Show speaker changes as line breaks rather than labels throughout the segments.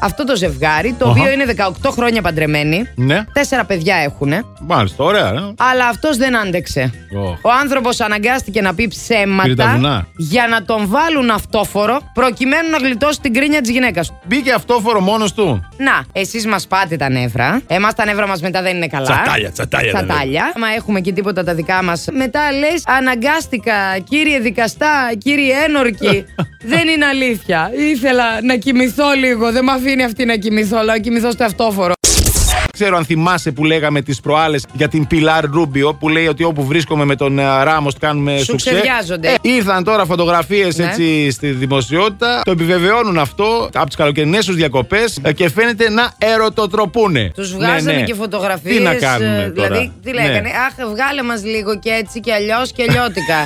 Αυτό το ζευγάρι, το
Αχα.
οποίο είναι 18 χρόνια παντρεμένοι,
Ναι.
τέσσερα παιδιά έχουν,
Μάλιστα, ωραία. ναι.
αλλά αυτός δεν άντεξε.
Ωχ.
Ο άνθρωπος αναγκάστηκε να πει
Πήρε τα βουνά.
ψέματα για να τον βάλουν αυτόφορο προκειμένου να γλιτώσει την κρίνια της γυναίκας του.
Μπήκε αυτόφορο μόνος του.
Να, εσείς μας πάτε τα νεύρα. Εμάς τα νεύρα μας μετά δεν είναι καλά.
Τσατάλια, τσατάλια τα
Τσατάλια. Μα έχουμε και τίποτα τα δικά μας. Μετά λες, αναγκάστηκα, κύριε δικαστά, κύριε ένορκη. δεν είναι αλήθεια. Ήθελα να κοιμηθώ λίγο. Δεν με αφήνει αυτή να κοιμηθώ, αλλά κοιμηθώ στο αυτόφορο.
Ξέρω αν θυμάσαι που λέγαμε τις προάλλες για την Πιλάρ Ρούμπιο που λέει ότι όπου βρίσκομαι με τον Ράμο κάνουμε
Σου
σου
ξεδιάζονται.
ήρθαν τώρα φωτογραφίες
Ναι.
έτσι στη δημοσιότητα. Το επιβεβαιώνουν αυτό από τις καλοκαιρινές του διακοπές ε, και φαίνεται να ερωτοτροπούνε.
Τους βγάζανε
Ναι, ναι.
και φωτογραφίες.
Τι να κάνουμε. τώρα.
Δηλαδή, τι
Ναι.
λέγανε. Αχ, βγάλε μας λίγο και έτσι και αλλιώς και λιώτικα.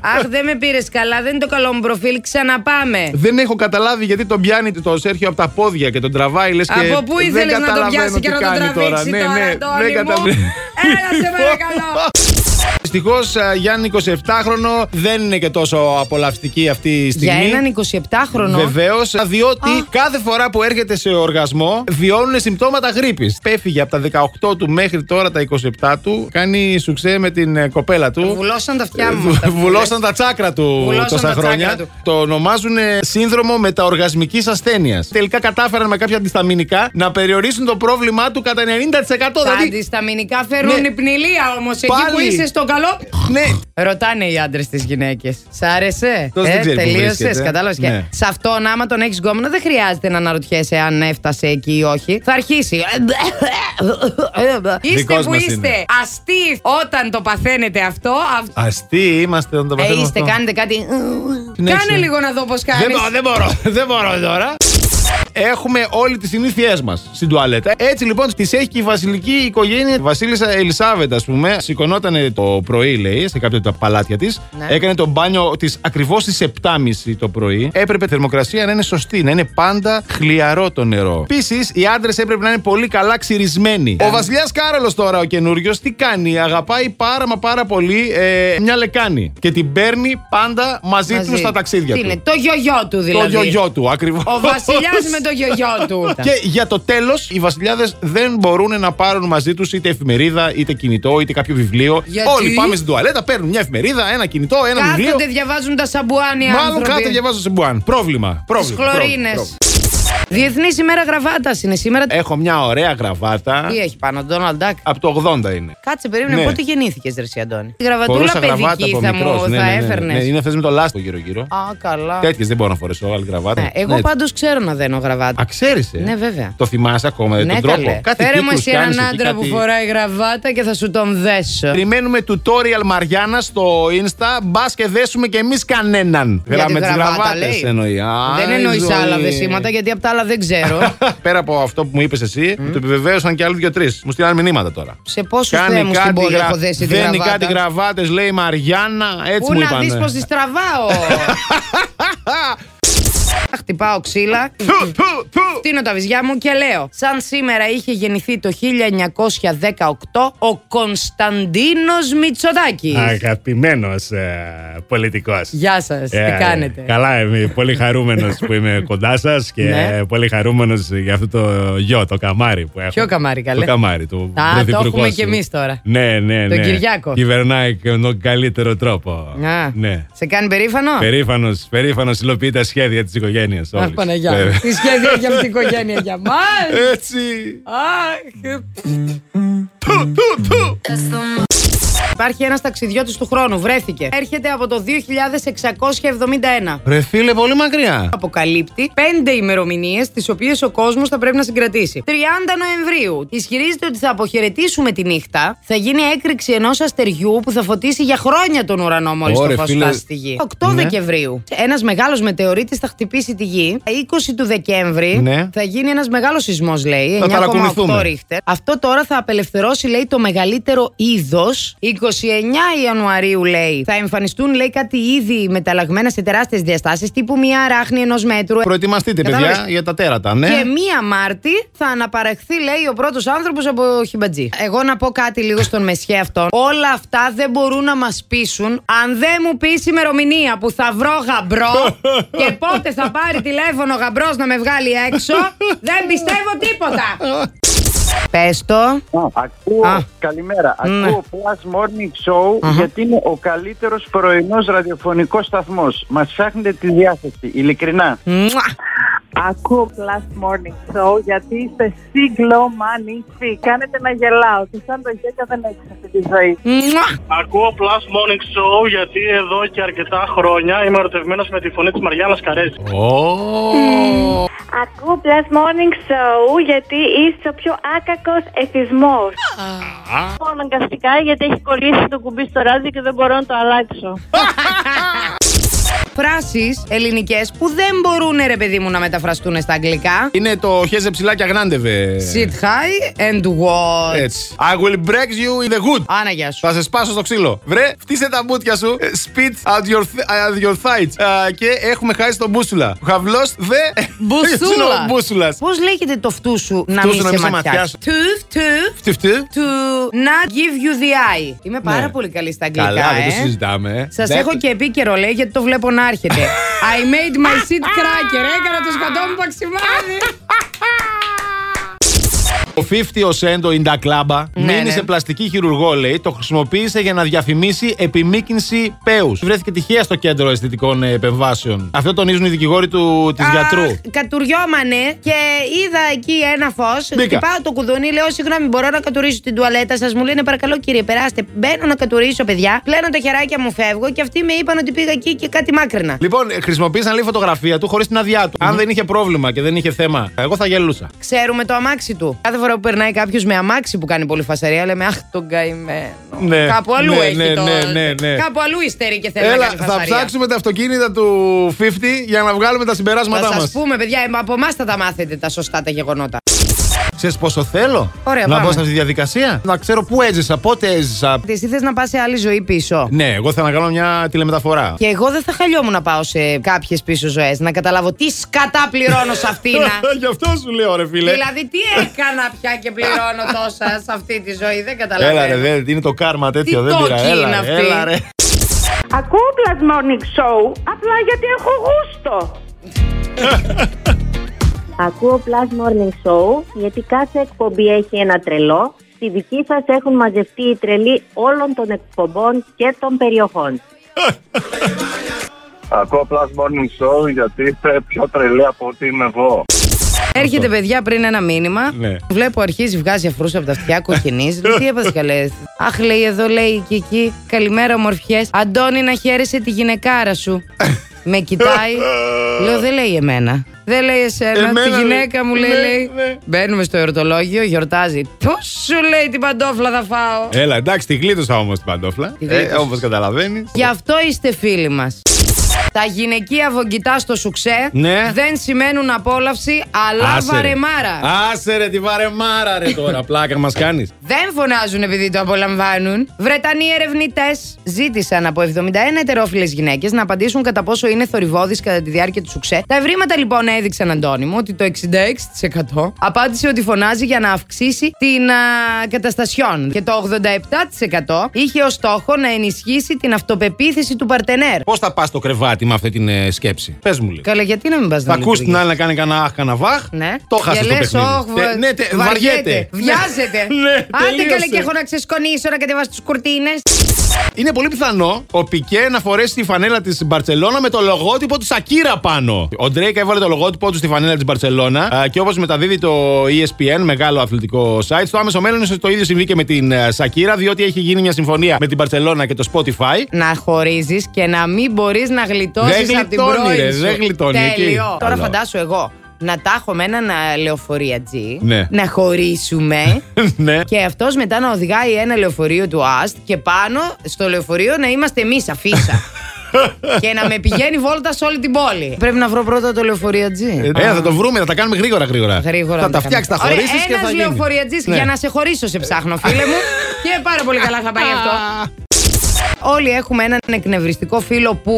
Αχ, δεν με πήρες καλά, δεν είναι το καλό μου προφίλ, ξαναπάμε.
Δεν έχω καταλάβει γιατί τον πιάνει το Σέρχιο από τα πόδια και τον τραβάει. Λες, και
Από πού
δεν
ήθελες να τον
καταλαβαίνω
πιάσει
τι
και να τον
κάνει
τραβήξει τώρα, ναι,
δεν καταλαβαίνω.
Έλα σε παρακαλώ.
Δυστυχώς, Γιάννη 27χρονο δεν είναι και τόσο απολαυστική αυτή η
Για
στιγμή.
έναν 27χρονο.
Βεβαίω, διότι
Α.
κάθε φορά που έρχεται σε οργασμό βιώνουν συμπτώματα γρήπης. Πέφυγε από τα 18 του μέχρι τώρα τα 27 του, κάνει σουξέ με την ε, κοπέλα του.
Βουλώσαν τα αυτιά μου.
Βου-
αυτά που
Βουλώσαν τα τσάκρα του
Βουλώσαν τα
τόσα
τσάκρα
χρόνια.
του.
Το ονομάζουν ε, σύνδρομο μεταοργασμικής ασθένειας. Τελικά κατάφεραν με κάποια αντισταμινικά να περιορίσουν το πρόβλημά του κατά 90%.
λες. Τα
Δηλαδή,
αντισταμινικά φέρουν
Ναι.
πνηλία όμως. Εκεί που
Πάλι.
είσαι στο καλό.
ναι,
Ρωτάνε οι άντρες τις γυναίκες. Σ' άρεσε. Ε,
Αυτός δεν ξέρει που
τελείωσες.
βρίσκεται.
Κατάλαβες.
Ναι.
Σε αυτόν, άμα τον έχεις γκόμενο, δεν χρειάζεται να αναρωτιέσαι αν έφτασε εκεί ή όχι. Θα αρχίσει. είστε
Δικός
που
μας
είστε.
είναι.
Αστεί όταν το παθαίνετε αυτό. αυ-
αστεί είμαστε όταν το
Ε,
παθαίνουμε
είστε,
αυτό.
κάνετε κάτι.
Ναι,
Κάνε
ναι.
λίγο να δω πώς
Δεν
κάνεις.
μπορώ, δεν μπορώ, δεν μπορώ τώρα. Έχουμε όλοι τι συνήθειέ μας στην τουαλέτα. Έτσι λοιπόν τις έχει και η βασιλική οικογένεια. Η Βασίλισσα Ελισάβετ, ας πούμε, σηκωνόταν το πρωί, λέει, σε κάποια από τα παλάτια της.
Ναι.
Έκανε το μπάνιο της ακριβώς στις 7.30 το πρωί. Έπρεπε η θερμοκρασία να είναι σωστή, να είναι πάντα χλιαρό το νερό. Επίσης, οι άντρες έπρεπε να είναι πολύ καλά ξυρισμένοι.
Ναι.
Ο βασιλιάς Κάρολος τώρα, ο καινούριος, τι κάνει. Αγαπάει πάρα μα πάρα πολύ ε, μια λεκάνη. Και την παίρνει πάντα μαζί,
Μαζί.
του στα ταξίδια
Τι
του.
είναι, το γιογιό του
Το
δηλαδή.
γιογιό του, ακριβώς.
Ο βασιλιάς με το γιογιό του.
Και για το τέλος, οι βασιλιάδες δεν μπορούν να πάρουν μαζί τους είτε εφημερίδα, είτε κινητό, είτε κάποιο βιβλίο.
Γιατί?
Όλοι πάμε στην τουαλέτα, παίρνουν μια εφημερίδα, ένα κινητό, ένα βιβλίο.
Κάθονται, διαβάζουν τα σαμπουάνια.
Μάλλον κάθεται διαβάζω σε μπουάν. Πρόβλημα.
Τι
πρόβλημα,
χλωρίνες.
πρόβλημα, Ε, πρόβλημα.
Διεθνής ημέρα γραβάτας είναι σήμερα.
Έχω μια ωραία γραβάτα.
Τι έχει πάνω, Ντόναλντ Ντάκ.
Από το 80 είναι.
Κάτσε περίμενε,
Ναι.
πότε γεννήθηκες, Ρεσί Αντώνη. Τη
Φορούσα
γραβατούλα
γραβάτα
παιδική
από Ναι,
θα
μικρό.
μου θα έφερνε.
είναι αυτέ με το λάστο γύρω-γύρω.
Α, καλά.
Τέτοιες δεν μπορώ να φορέσω άλλη γραβάτα.
Ναι, Εγώ
Ναι.
πάντως ξέρω να δένω γραβάτα.
Α, ξέρεις, ε.
Ναι, βέβαια.
Το θυμάσαι ακόμα, δεν
ναι,
τον τρόπο.
καλέ.
Κάτι
Φέρε μου
κύκλους
εσύ
κάνεις
έναν
εκεί,
άντρα που
κάτι-
φοράει γραβάτα και θα σου τον δέσω.
Περιμένουμε tutorial Μαριάννα στο Insta. Μπας και δέσουμε κι εμείς κανέναν.
Για τη
Γράμμες τις
γραβάτα,
γραβάτες
λέει.
εννοεί. Α,
Δεν
η
εννοείς
ζωή.
άλλα δεσίματα γιατί από τα άλλα δεν ξέρω.
Πέρα από αυτό που μου είπες εσύ, μου το επιβεβαίωσαν και άλλοι δύο-τρει. Μου στείλαν μηνύματα τώρα.
Σε πόσους θέμου στην πόλη έχω δέσει τη
Δένει
γραβάτα.
κάτι γραβάτες, λέει η Μαριάννα. Έτσι
Πού
μου
να
είπαν.
δεις πως τις τραβάω. Χτυπάω ξύλα,
Φου, φου, φου.
φτύνω τα βυζιά μου και λέω Σαν σήμερα είχε γεννηθεί το 1918 ο Κωνσταντίνος Μητσοτάκης
Αγαπημένος πολιτικός.
Γεια
Ε,
σας, τι κάνετε.
Ε, Καλά, είμαι πολύ χαρούμενος που είμαι κοντά σας και
Ναι.
πολύ χαρούμενος για αυτό το γιο, το καμάρι που έχω.
Ποιο καμάρι, καλέ?
Το καμάρι του.
Α, το
πρωθυπουργού
έχουμε
σου.
κι εμείς τώρα.
Ναι, ναι,
Τον
ναι.
Κυριάκο.
Κυβερνάει με τον καλύτερο τρόπο.
Α,
Ναι.
Σε κάνει περήφανο
Περήφανος, περήφανος υλοποιεί τα σχέδια της οικογένειας
Αχ
όλης.
Παναγιά
Βέβαια.
μου, τι σχέδια για αυτήν την οικογένεια για μας
Έτσι.
Αχ.
Φου, φου, φου.
Υπάρχει ένας ταξιδιώτης του χρόνου, βρέθηκε Έρχεται από το 2671
Ρε φίλε, πολύ μακριά.
αποκαλύπτει πέντε ημερομηνίες τις οποίες ο κόσμος θα πρέπει να συγκρατήσει. 30 Νοεμβρίου. Ισχυρίζεται ότι θα αποχαιρετήσουμε τη νύχτα. Θα γίνει έκρηξη ενός αστεριού που θα φωτίσει για χρόνια τον ουρανό μόλις το
Ωρε,
φως
φίλε.
φτάσει στη γη. 8
Ναι.
Δεκεμβρίου. Ένας μεγάλος μετεωρίτης θα χτυπήσει τη γη. 20 του Δεκέμβρη
Ναι.
θα γίνει ένας μεγάλος σεισμός, λέει.
Θα
9,8
ταρακουνηθούμε.
ρίχτερ. Αυτό τώρα θα απελευθερώσει, λέει, το μεγαλύτερο είδος. 20 29 Ιανουαρίου, λέει, θα εμφανιστούν, λέει, κάτι ήδη μεταλλαγμένα σε τεράστιες διαστάσεις, τύπου μια ράχνη ενός μέτρου.
Προετοιμαστείτε, παιδιά,
Κατάλαβες.
για τα τέρατα, ναι.
Και μία Μάρτη θα αναπαραχθεί, λέει, ο πρώτος άνθρωπος από χιμπατζή. Εγώ να πω κάτι λίγο στον μεσιέ αυτόν. Όλα αυτά δεν μπορούν να μας πείσουν αν δεν μου πεις ημερομηνία που θα βρω γαμπρό και πότε θα πάρει τηλέφωνο γαμπρός να με βγάλει έξω. Δεν πιστεύω τίποτα. Πες το.
Α, Ακούω,
Α.
καλημέρα.
Ναι.
Ακούω Plus Morning Show γιατί είναι ο καλύτερος πρωινός ραδιοφωνικός σταθμός. Μας φτιάχνετε τη διάθεση, ειλικρινά.
Μουα.
Ακούω Plus Morning Show γιατί είστε σύγκλο μανίτσι. Κάνετε να γελάω και σαν το γέκα δεν έχεις αυτή τη ζωή.
Μουα.
Ακούω Plus Morning Show γιατί εδώ και αρκετά χρόνια είμαι ερωτευμένος με τη φωνή της Μαριάννας Καρέζης.
Ακούω Plus Morning Show γιατί είσαι ο πιο άκακος εθισμός. Αναγκαστικά γιατί έχει κολλήσει το κουμπί στο ράδιο και δεν μπορώ να το αλλάξω.
Φράσει ελληνικές που δεν μπορούν, ρε παιδί μου, να μεταφραστούν στα αγγλικά.
Είναι το χέζε ψηλάκια γνάντεβε.
Sit high and what.
Ε. Έτσι. Ε, I will break you in the good.
Άνα, γεια σου.
Θα σε σπάσω στο ξύλο. Βρε, φτύσε τα μπουτια σου. ε, Spit out your, th- out your thighs. Α, και έχουμε χάσει τον μπούσουλα. Have lost
Ε,
the...
Μπουσούλα.
Μπούσουλας.
Πώς λέγεται το φτού σου να
Φτού
μην
σου να μην
σε
σε
ματιάσει.
ματιάσω.
Tooth, tooth, to not give you the eye. Είμαι πάρα πολύ καλή στα αγγλικά.
Ναι. Καλά, δεν το
ε.
συζητάμε.
Σας
Δεν-
έχω και επίκαιρο, λέει, γιατί το βλέπω να έρχεται. I made my seat cracker. Έκανα το σκοτό μου παξιμάδι.
Ο 50 ο Σέντο in the club.
Ναι,
μείνει
ναι.
σε πλαστική χειρουργό, λέει. Το χρησιμοποίησε για να διαφημίσει επιμήκυνση πέους. Βρέθηκε τυχαία στο κέντρο αισθητικών ε, επεμβάσεων. Αυτό τονίζουν οι δικηγόροι του της
Αχ,
γιατρού.
Κατουριόμανε και είδα εκεί ένα φως.
Μπήκα.
Χτυπάω το κουδούνι, λέω: Συγγνώμη, μπορώ να κατουρίσω την τουαλέτα σας. Μου λένε: Παρακαλώ, κύριε, περάστε. Μπαίνω να κατουρίσω, παιδιά. Πλένω τα χεράκια μου, φεύγω και αυτοί με είπαν ότι πήγα εκεί και κάτι μάκρυνα.
Λοιπόν, ε, χρησιμοποίησαν λέει φωτογραφία του χωρίς την άδειά του. Αν δεν είχε πρόβλημα και δεν είχε θέμα, εγώ θα γελούσα.
Ξέρουμε το αμάξι του. Κάθε φορά που περνάει κάποιος με αμάξι που κάνει πολύ φασαρία, λέμε Αχ, τον καημένο.
Ναι,
Κάπου αλλού
ναι,
έχει
ναι,
το.
ναι, ναι, ναι.
Κάπου αλλού υστερεί και θέλει να
Έλα,
κάνει
θα
φασαρία.
ψάξουμε τα αυτοκίνητα του 50 για να βγάλουμε τα συμπεράσματά
Θα
μα.
σα πούμε, παιδιά, ε, από εμάς θα τα μάθετε τα σωστά τα γεγονότα.
Ξέρεις πόσο θέλω
Ωραία,
να
πάμε.
μπω σε αυτή τη διαδικασία. Να ξέρω πού έζησα, πότε έζησα.
Εσύ θες να πας σε άλλη ζωή πίσω.
Ναι, εγώ θέλω να κάνω μια τηλεμεταφορά.
Και εγώ δεν θα χαλιόμουν να πάω σε κάποιες πίσω ζωές. Να καταλάβω τι σκατά πληρώνω σε αυτήνα.
Γι' αυτό σου λέω, ρε φίλε.
δηλαδή, τι έκανα πια και πληρώνω τόσα σε αυτή τη ζωή. Δεν καταλαβαίνω.
Έλα ρε, δεν, είναι το κάρμα τέτοιο,
Τι
δεν πειρά.
τόκοι
Έλα,
είναι
ρε,
αυτοί.
έλα ρε.
Ακούω Plus Morning Show απλά γιατί έχω γούστο. Ακούω Plus Morning Show γιατί κάθε εκπομπή έχει ένα τρελό. Στη δική σας έχουν μαζευτεί οι τρελοί όλων των εκπομπών και των περιοχών.
Ακούω Plus Morning Show γιατί είστε πιο τρελή από ό,τι είμαι εγώ.
Έρχεται παιδιά πριν ένα μήνυμα.
Ναι.
Βλέπω αρχίζει, βγάζει αφρούς από τα αυτιά, κοκκινίζει. Λέω, τι έπαθε καλές. Αχ, λέει εδώ, λέει και εκεί. Καλημέρα, ομορφιές. Αντώνη, να χαίρεσαι τη γυναικάρα σου. Με κοιτάει. Λέω, δεν λέει εμένα. Δεν λέει εσένα.
Εμένα,
τη
λέει.
γυναίκα μου λέει.
Ναι,
λέει.
ναι.
Μπαίνουμε στο εορτολόγιο, γιορτάζει. Τόσο λέει την παντόφλα θα φάω.
Ε.
Έλα, εντάξει, την κλείτωσα όμως την παντόφλα.
Τη γλίτωσα.
Όπως καταλαβαίνεις.
Γι' αυτό είστε φίλοι μας. Τα γυναικεία βογγητά στο σουξέ
Ναι.
δεν σημαίνουν απόλαυση, αλλά βαρεμάρα.
Άσε ρε, τη βαρεμάρα ρε τώρα, πλάκα μας κάνεις.
Δεν φωνάζουν επειδή το απολαμβάνουν. Βρετανοί ερευνητές ζήτησαν από 71 ετερόφιλες γυναίκες να απαντήσουν κατά πόσο είναι θορυβώδει κατά τη διάρκεια του σουξέ. Τα ευρήματα λοιπόν έδειξαν, Αντώνη μου, ότι το 66% απάντησε ότι φωνάζει για να αυξήσει την α, καταστασιόν. Και το 87% είχε ως στόχο να ενισχύσει την αυτοπεποίθηση του παρτενέρ.
Πώς θα πας στο κρεβάτι με αυτή την ε, σκέψη. Πες μου λίγο.
Καλά, γιατί να μην πας να
Θα ακούσει την
λειτουργείς.
άλλη να κάνει κανένα αχ, κανένα βαχ.
Ναι.
Το χάσε
Και
το
λες,
παιχνίδι.
«Ωχ,
Τε-
βα-
ναι, τε- βαριέται.
Βιάζεται.
Ναι,
Άντε καλέ
τελείωσε.
και έχω να ξεσκονίσω, να κατεβάσω τους κουρτίνες.
Είναι πολύ πιθανό ο Πικέ να φορέσει τη φανέλα της Μπαρσελόνα με το λογότυπο του Σακύρα πάνω. Ο Ντρέικ έβαλε το λογότυπο του στη φανέλα της Μπαρσελόνα α, και όπως μεταδίδει το E ESPN, μεγάλο αθλητικό site, στο άμεσο μέλλον ίσως το ίδιο συμβεί και με την ε, Σακύρα, διότι έχει γίνει μια συμφωνία με την Μπαρσελόνα και το Spotify.
να χωρίζεις και να μην μπορείς να γλιτώσεις
Δεν
από την
γλιτώνει,
πρώην
ρε,
σου.
δεν γλιτώνει, εκεί.
Τέλειο.
Καλό.
Τώρα φαντάσου εγώ να τα έχω με έναν α, λεωφορείατζι,
Ναι.
να χωρίσουμε
ναι.
και αυτός μετά να οδηγάει ένα λεωφορείο του ΑΣΤ και πάνω στο λεωφορείο να είμαστε εμείς αφίσα. και να με πηγαίνει βόλτα σε όλη την πόλη. Πρέπει να βρω πρώτα το λεωφοριατζή.
Ε, θα το βρούμε, θα τα κάνουμε γρήγορα γρήγορα.
Γρήγορα
θα τα φτιάξει, τα χωρίσει και θα
Ένας
γίνει.
λεωφοριατζή
Ναι.
για να σε χωρίσω, σε ψάχνω, φίλε μου. και πάρα πολύ καλά θα πάει αυτό. Όλοι έχουμε έναν εκνευριστικό φίλο που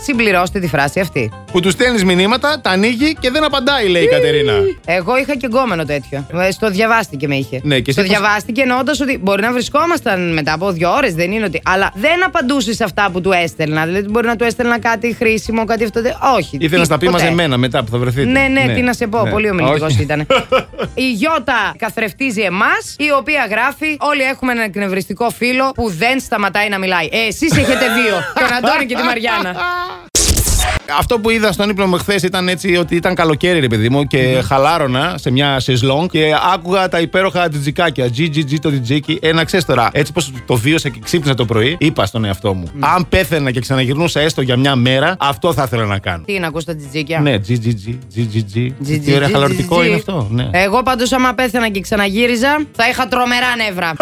συμπληρώστε τη φράση αυτή.
Που του στέλνει μηνύματα, τα ανοίγει και δεν απαντάει, λέει η Κατερίνα.
Εγώ είχα και γκόμενο τέτοιο. Ε, Στο διαβάστηκε με είχε.
Ναι, και
στο
εσύ πώς-
διαβάστηκε εννοώντας ότι μπορεί να βρισκόμασταν μετά από δύο ώρες, δεν είναι ότι. Αλλά δεν απαντούσες σε αυτά που του έστελνα. Δηλαδή μπορεί να του έστελνα κάτι χρήσιμο, κάτι αυτό. δεν- Όχι.
Ήθελε να
τι-
τα πει μαζί
ποτέ.
εμένα μετά που θα βρεθείτε.
Ναι, ναι, τι να σε πω.
Ναι.
Πολύ ομιλητικός
Όχι.
ήταν. η Γιώτα καθρεφτίζει εμάς, η οποία γράφει: Όλοι έχουμε έναν εκνευριστικό φίλο που δεν σταματάει να μιλάει. Ε, Εσείς έχετε δύο. τον Αντώνη και τη Μαριάννα.
Αυτό που είδα στον ύπνο μου χθες ήταν έτσι ότι ήταν καλοκαίρι, ρε παιδί μου, και χαλάρωνα σε μια σεζλόν και άκουγα τα υπέροχα τζιτζικάκια. GGG το τζιτζίκι. Ένα ξέρεις τώρα, έτσι πως το βίωσα και ξύπνησα το πρωί, είπα στον εαυτό μου. Αν πέθαινα και ξαναγυρνούσα έστω για μια μέρα, αυτό θα ήθελα να κάνω.
τι να ακούς τα τζιτζίκια.
Ναι, GGG, GGG.
Τζι,
Τι
τζι,
ωραία
τζι,
χαλαρωτικό
τζι,
είναι
τζι.
αυτό. Ναι.
Εγώ πάντως, άμα πέθανα και ξαναγύριζα, θα είχα τρομερά νεύρα.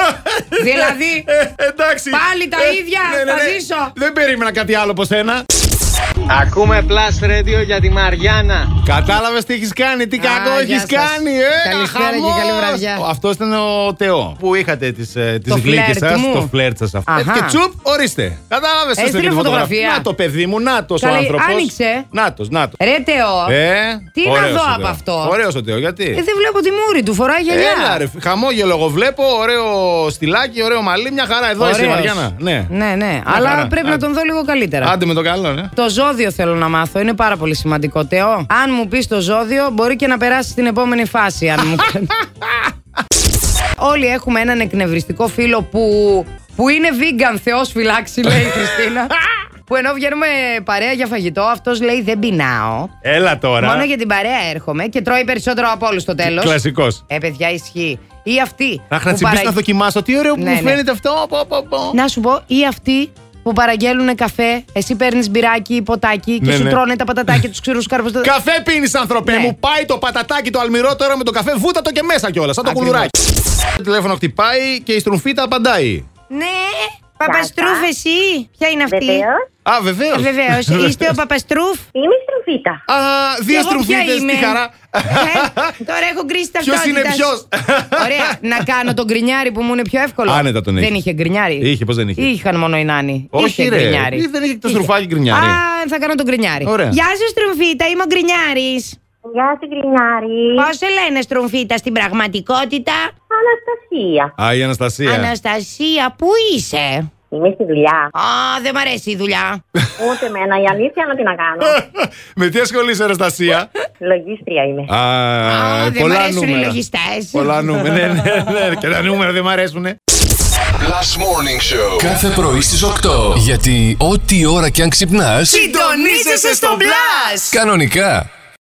δηλαδή,
Ε, εντάξει.
Πάλι τα
Ε,
ίδια, θα ζήσω.
Δεν περίμενα κάτι άλλο από σένα.
Ακούμε Plus Radio για τη Μαριάννα.
Κατάλαβες τι έχεις κάνει, τι κακό
γεια
έχεις
σας.
κάνει, ε!
Καλησπέρα
χαμός.
και καλή βραδιά.
Αυτό ήταν ο Τεό που είχατε ε, τις
Το
γλύκες
φλερτ
σας,
μου.
το φλερτ σας αυτό.
Αχα.
Ε, Και τσουπ, ορίστε. Κατάλαβες
Έστειλε φωτογραφία.
Να το παιδί μου, να το ο
Καλή,
άνθρωπος.
άνοιξε.
Να το, να το.
ρε Τεό,
Ε,
τι να
ωραίος
δω
ο
από
Τεό.
αυτό.
Ωραίος ο Τεό, γιατί.
ε, δεν βλέπω τη μούρη του, φοράει γυαλιά.
Έλα, ρε, χαμόγελο εγώ βλέπω, ωραίο στυλάκι, ωραίο μαλλί, μια χαρά. Εδώ είσαι,
Ωραίος.
Μαριάννα. Ναι.
ναι, ναι.
Μια
αλλά
χαρά.
πρέπει να
Άντε.
τον δω λίγο καλύτερα.
Άντε με το καλό, ναι.
Το ζώδιο θέλω να μάθω. Είναι πάρα πολύ σημαντικό. Τεό, αν μου πεις το ζώδιο, μπορεί και να περάσει στην επόμενη φάση, αν μου κάνει. Όλοι έχουμε έναν εκνευριστικό φίλο που, που είναι vegan, Θεός φυλάξει, λέει η Χριστίνα. που ενώ βγαίνουμε παρέα για φαγητό, αυτός λέει Δεν πεινάω.
Έλα τώρα.
Μόνο για την παρέα έρχομαι και τρώει περισσότερο από όλους στο τέλος.
Κλασικός.
Ε, παιδιά, ισχύει. Ή αυτή.
Αχ, να
που
τσιμπήσεις
παρα-
να δοκιμάσω. Τι ωραίο που
Ναι,
μου
ναι.
φαίνεται αυτό. Πω, πω, πω.
να σου πω, ή αυτοί που παραγγέλνουν καφέ, εσύ παίρνεις μπυράκι ή ποτάκι και
Ναι,
σου
ναι.
τρώνε τα πατατάκια, τους ξηρούς κάρπου.
Καφέ πίνεις, ανθρωπέ
Ναι.
μου. Πάει το πατατάκι το αλμυρό τώρα με το καφέ. Βούτα το και μέσα κιόλας. Σαν το
Ακριβώς.
κουλουράκι. Το τηλέφωνο χτυπάει και η στρουφίτα απαντάει.
Ναι, Παπαστρούφ, εσύ. Ποια είναι αυτή.
Βεβαίως.
Α, βεβαίως.
Βεβαίω. Ε, Είστε ο Παπαστρούφ.
Είμαι η Στροφίτα.
Α,
Και
δύο
εγώ ποια
στρουφίδε.
είμαι?
Τι χαρά.
Ε, τώρα έχω γκρίσει τα
Ποιος είναι ποιος?
Ωραία, να κάνω τον γκρινιάρι που μου είναι πιο εύκολο.
Άνετα τον
Δεν
έχεις.
είχε γκρινιάρι.
Είχε, πώς δεν είχε.
Είχαν μόνο οι νάνοι.
Όχι,
είχε
ρε.
γκρινιάρι.
Ή δεν είχε το στρουφάκι γκρινιάρι.
Α, θα κάνω τον γκρινιάρι.
Ωραία.
Γεια σου, Στρουφίτα, είμαι ο γκρινιάρης.
Γεια σου, Γκρινιάρη.
Πώς σε λένε, Στρουφίτα, στην πραγματικότητα.
Αναστασία.
Α, η Αναστασία.
Αναστασία, πού είσαι.
Είμαι στη δουλειά.
Α, δεν μ' αρέσει η δουλειά.
Ούτε εμένα η αλήθεια να την να κάνω.
Με τι ασχολείσαι, Αναστασία.
Λογίστρια είμαι.
Α,
Α, δεν μ'
Ε, πολλά
αρέσουν οι
νούμερα.
λογιστές.
Πολλά νούμερα. Ναι, ναι, ναι. Και τα νούμερα δεν μ' αρέσουν.
Last Morning Show. Κάθε πρωί στις 8. Γιατί ό,τι ώρα κι αν ξυπνάς,
Συντονίζεσαι στο μπλα!
κανονικά.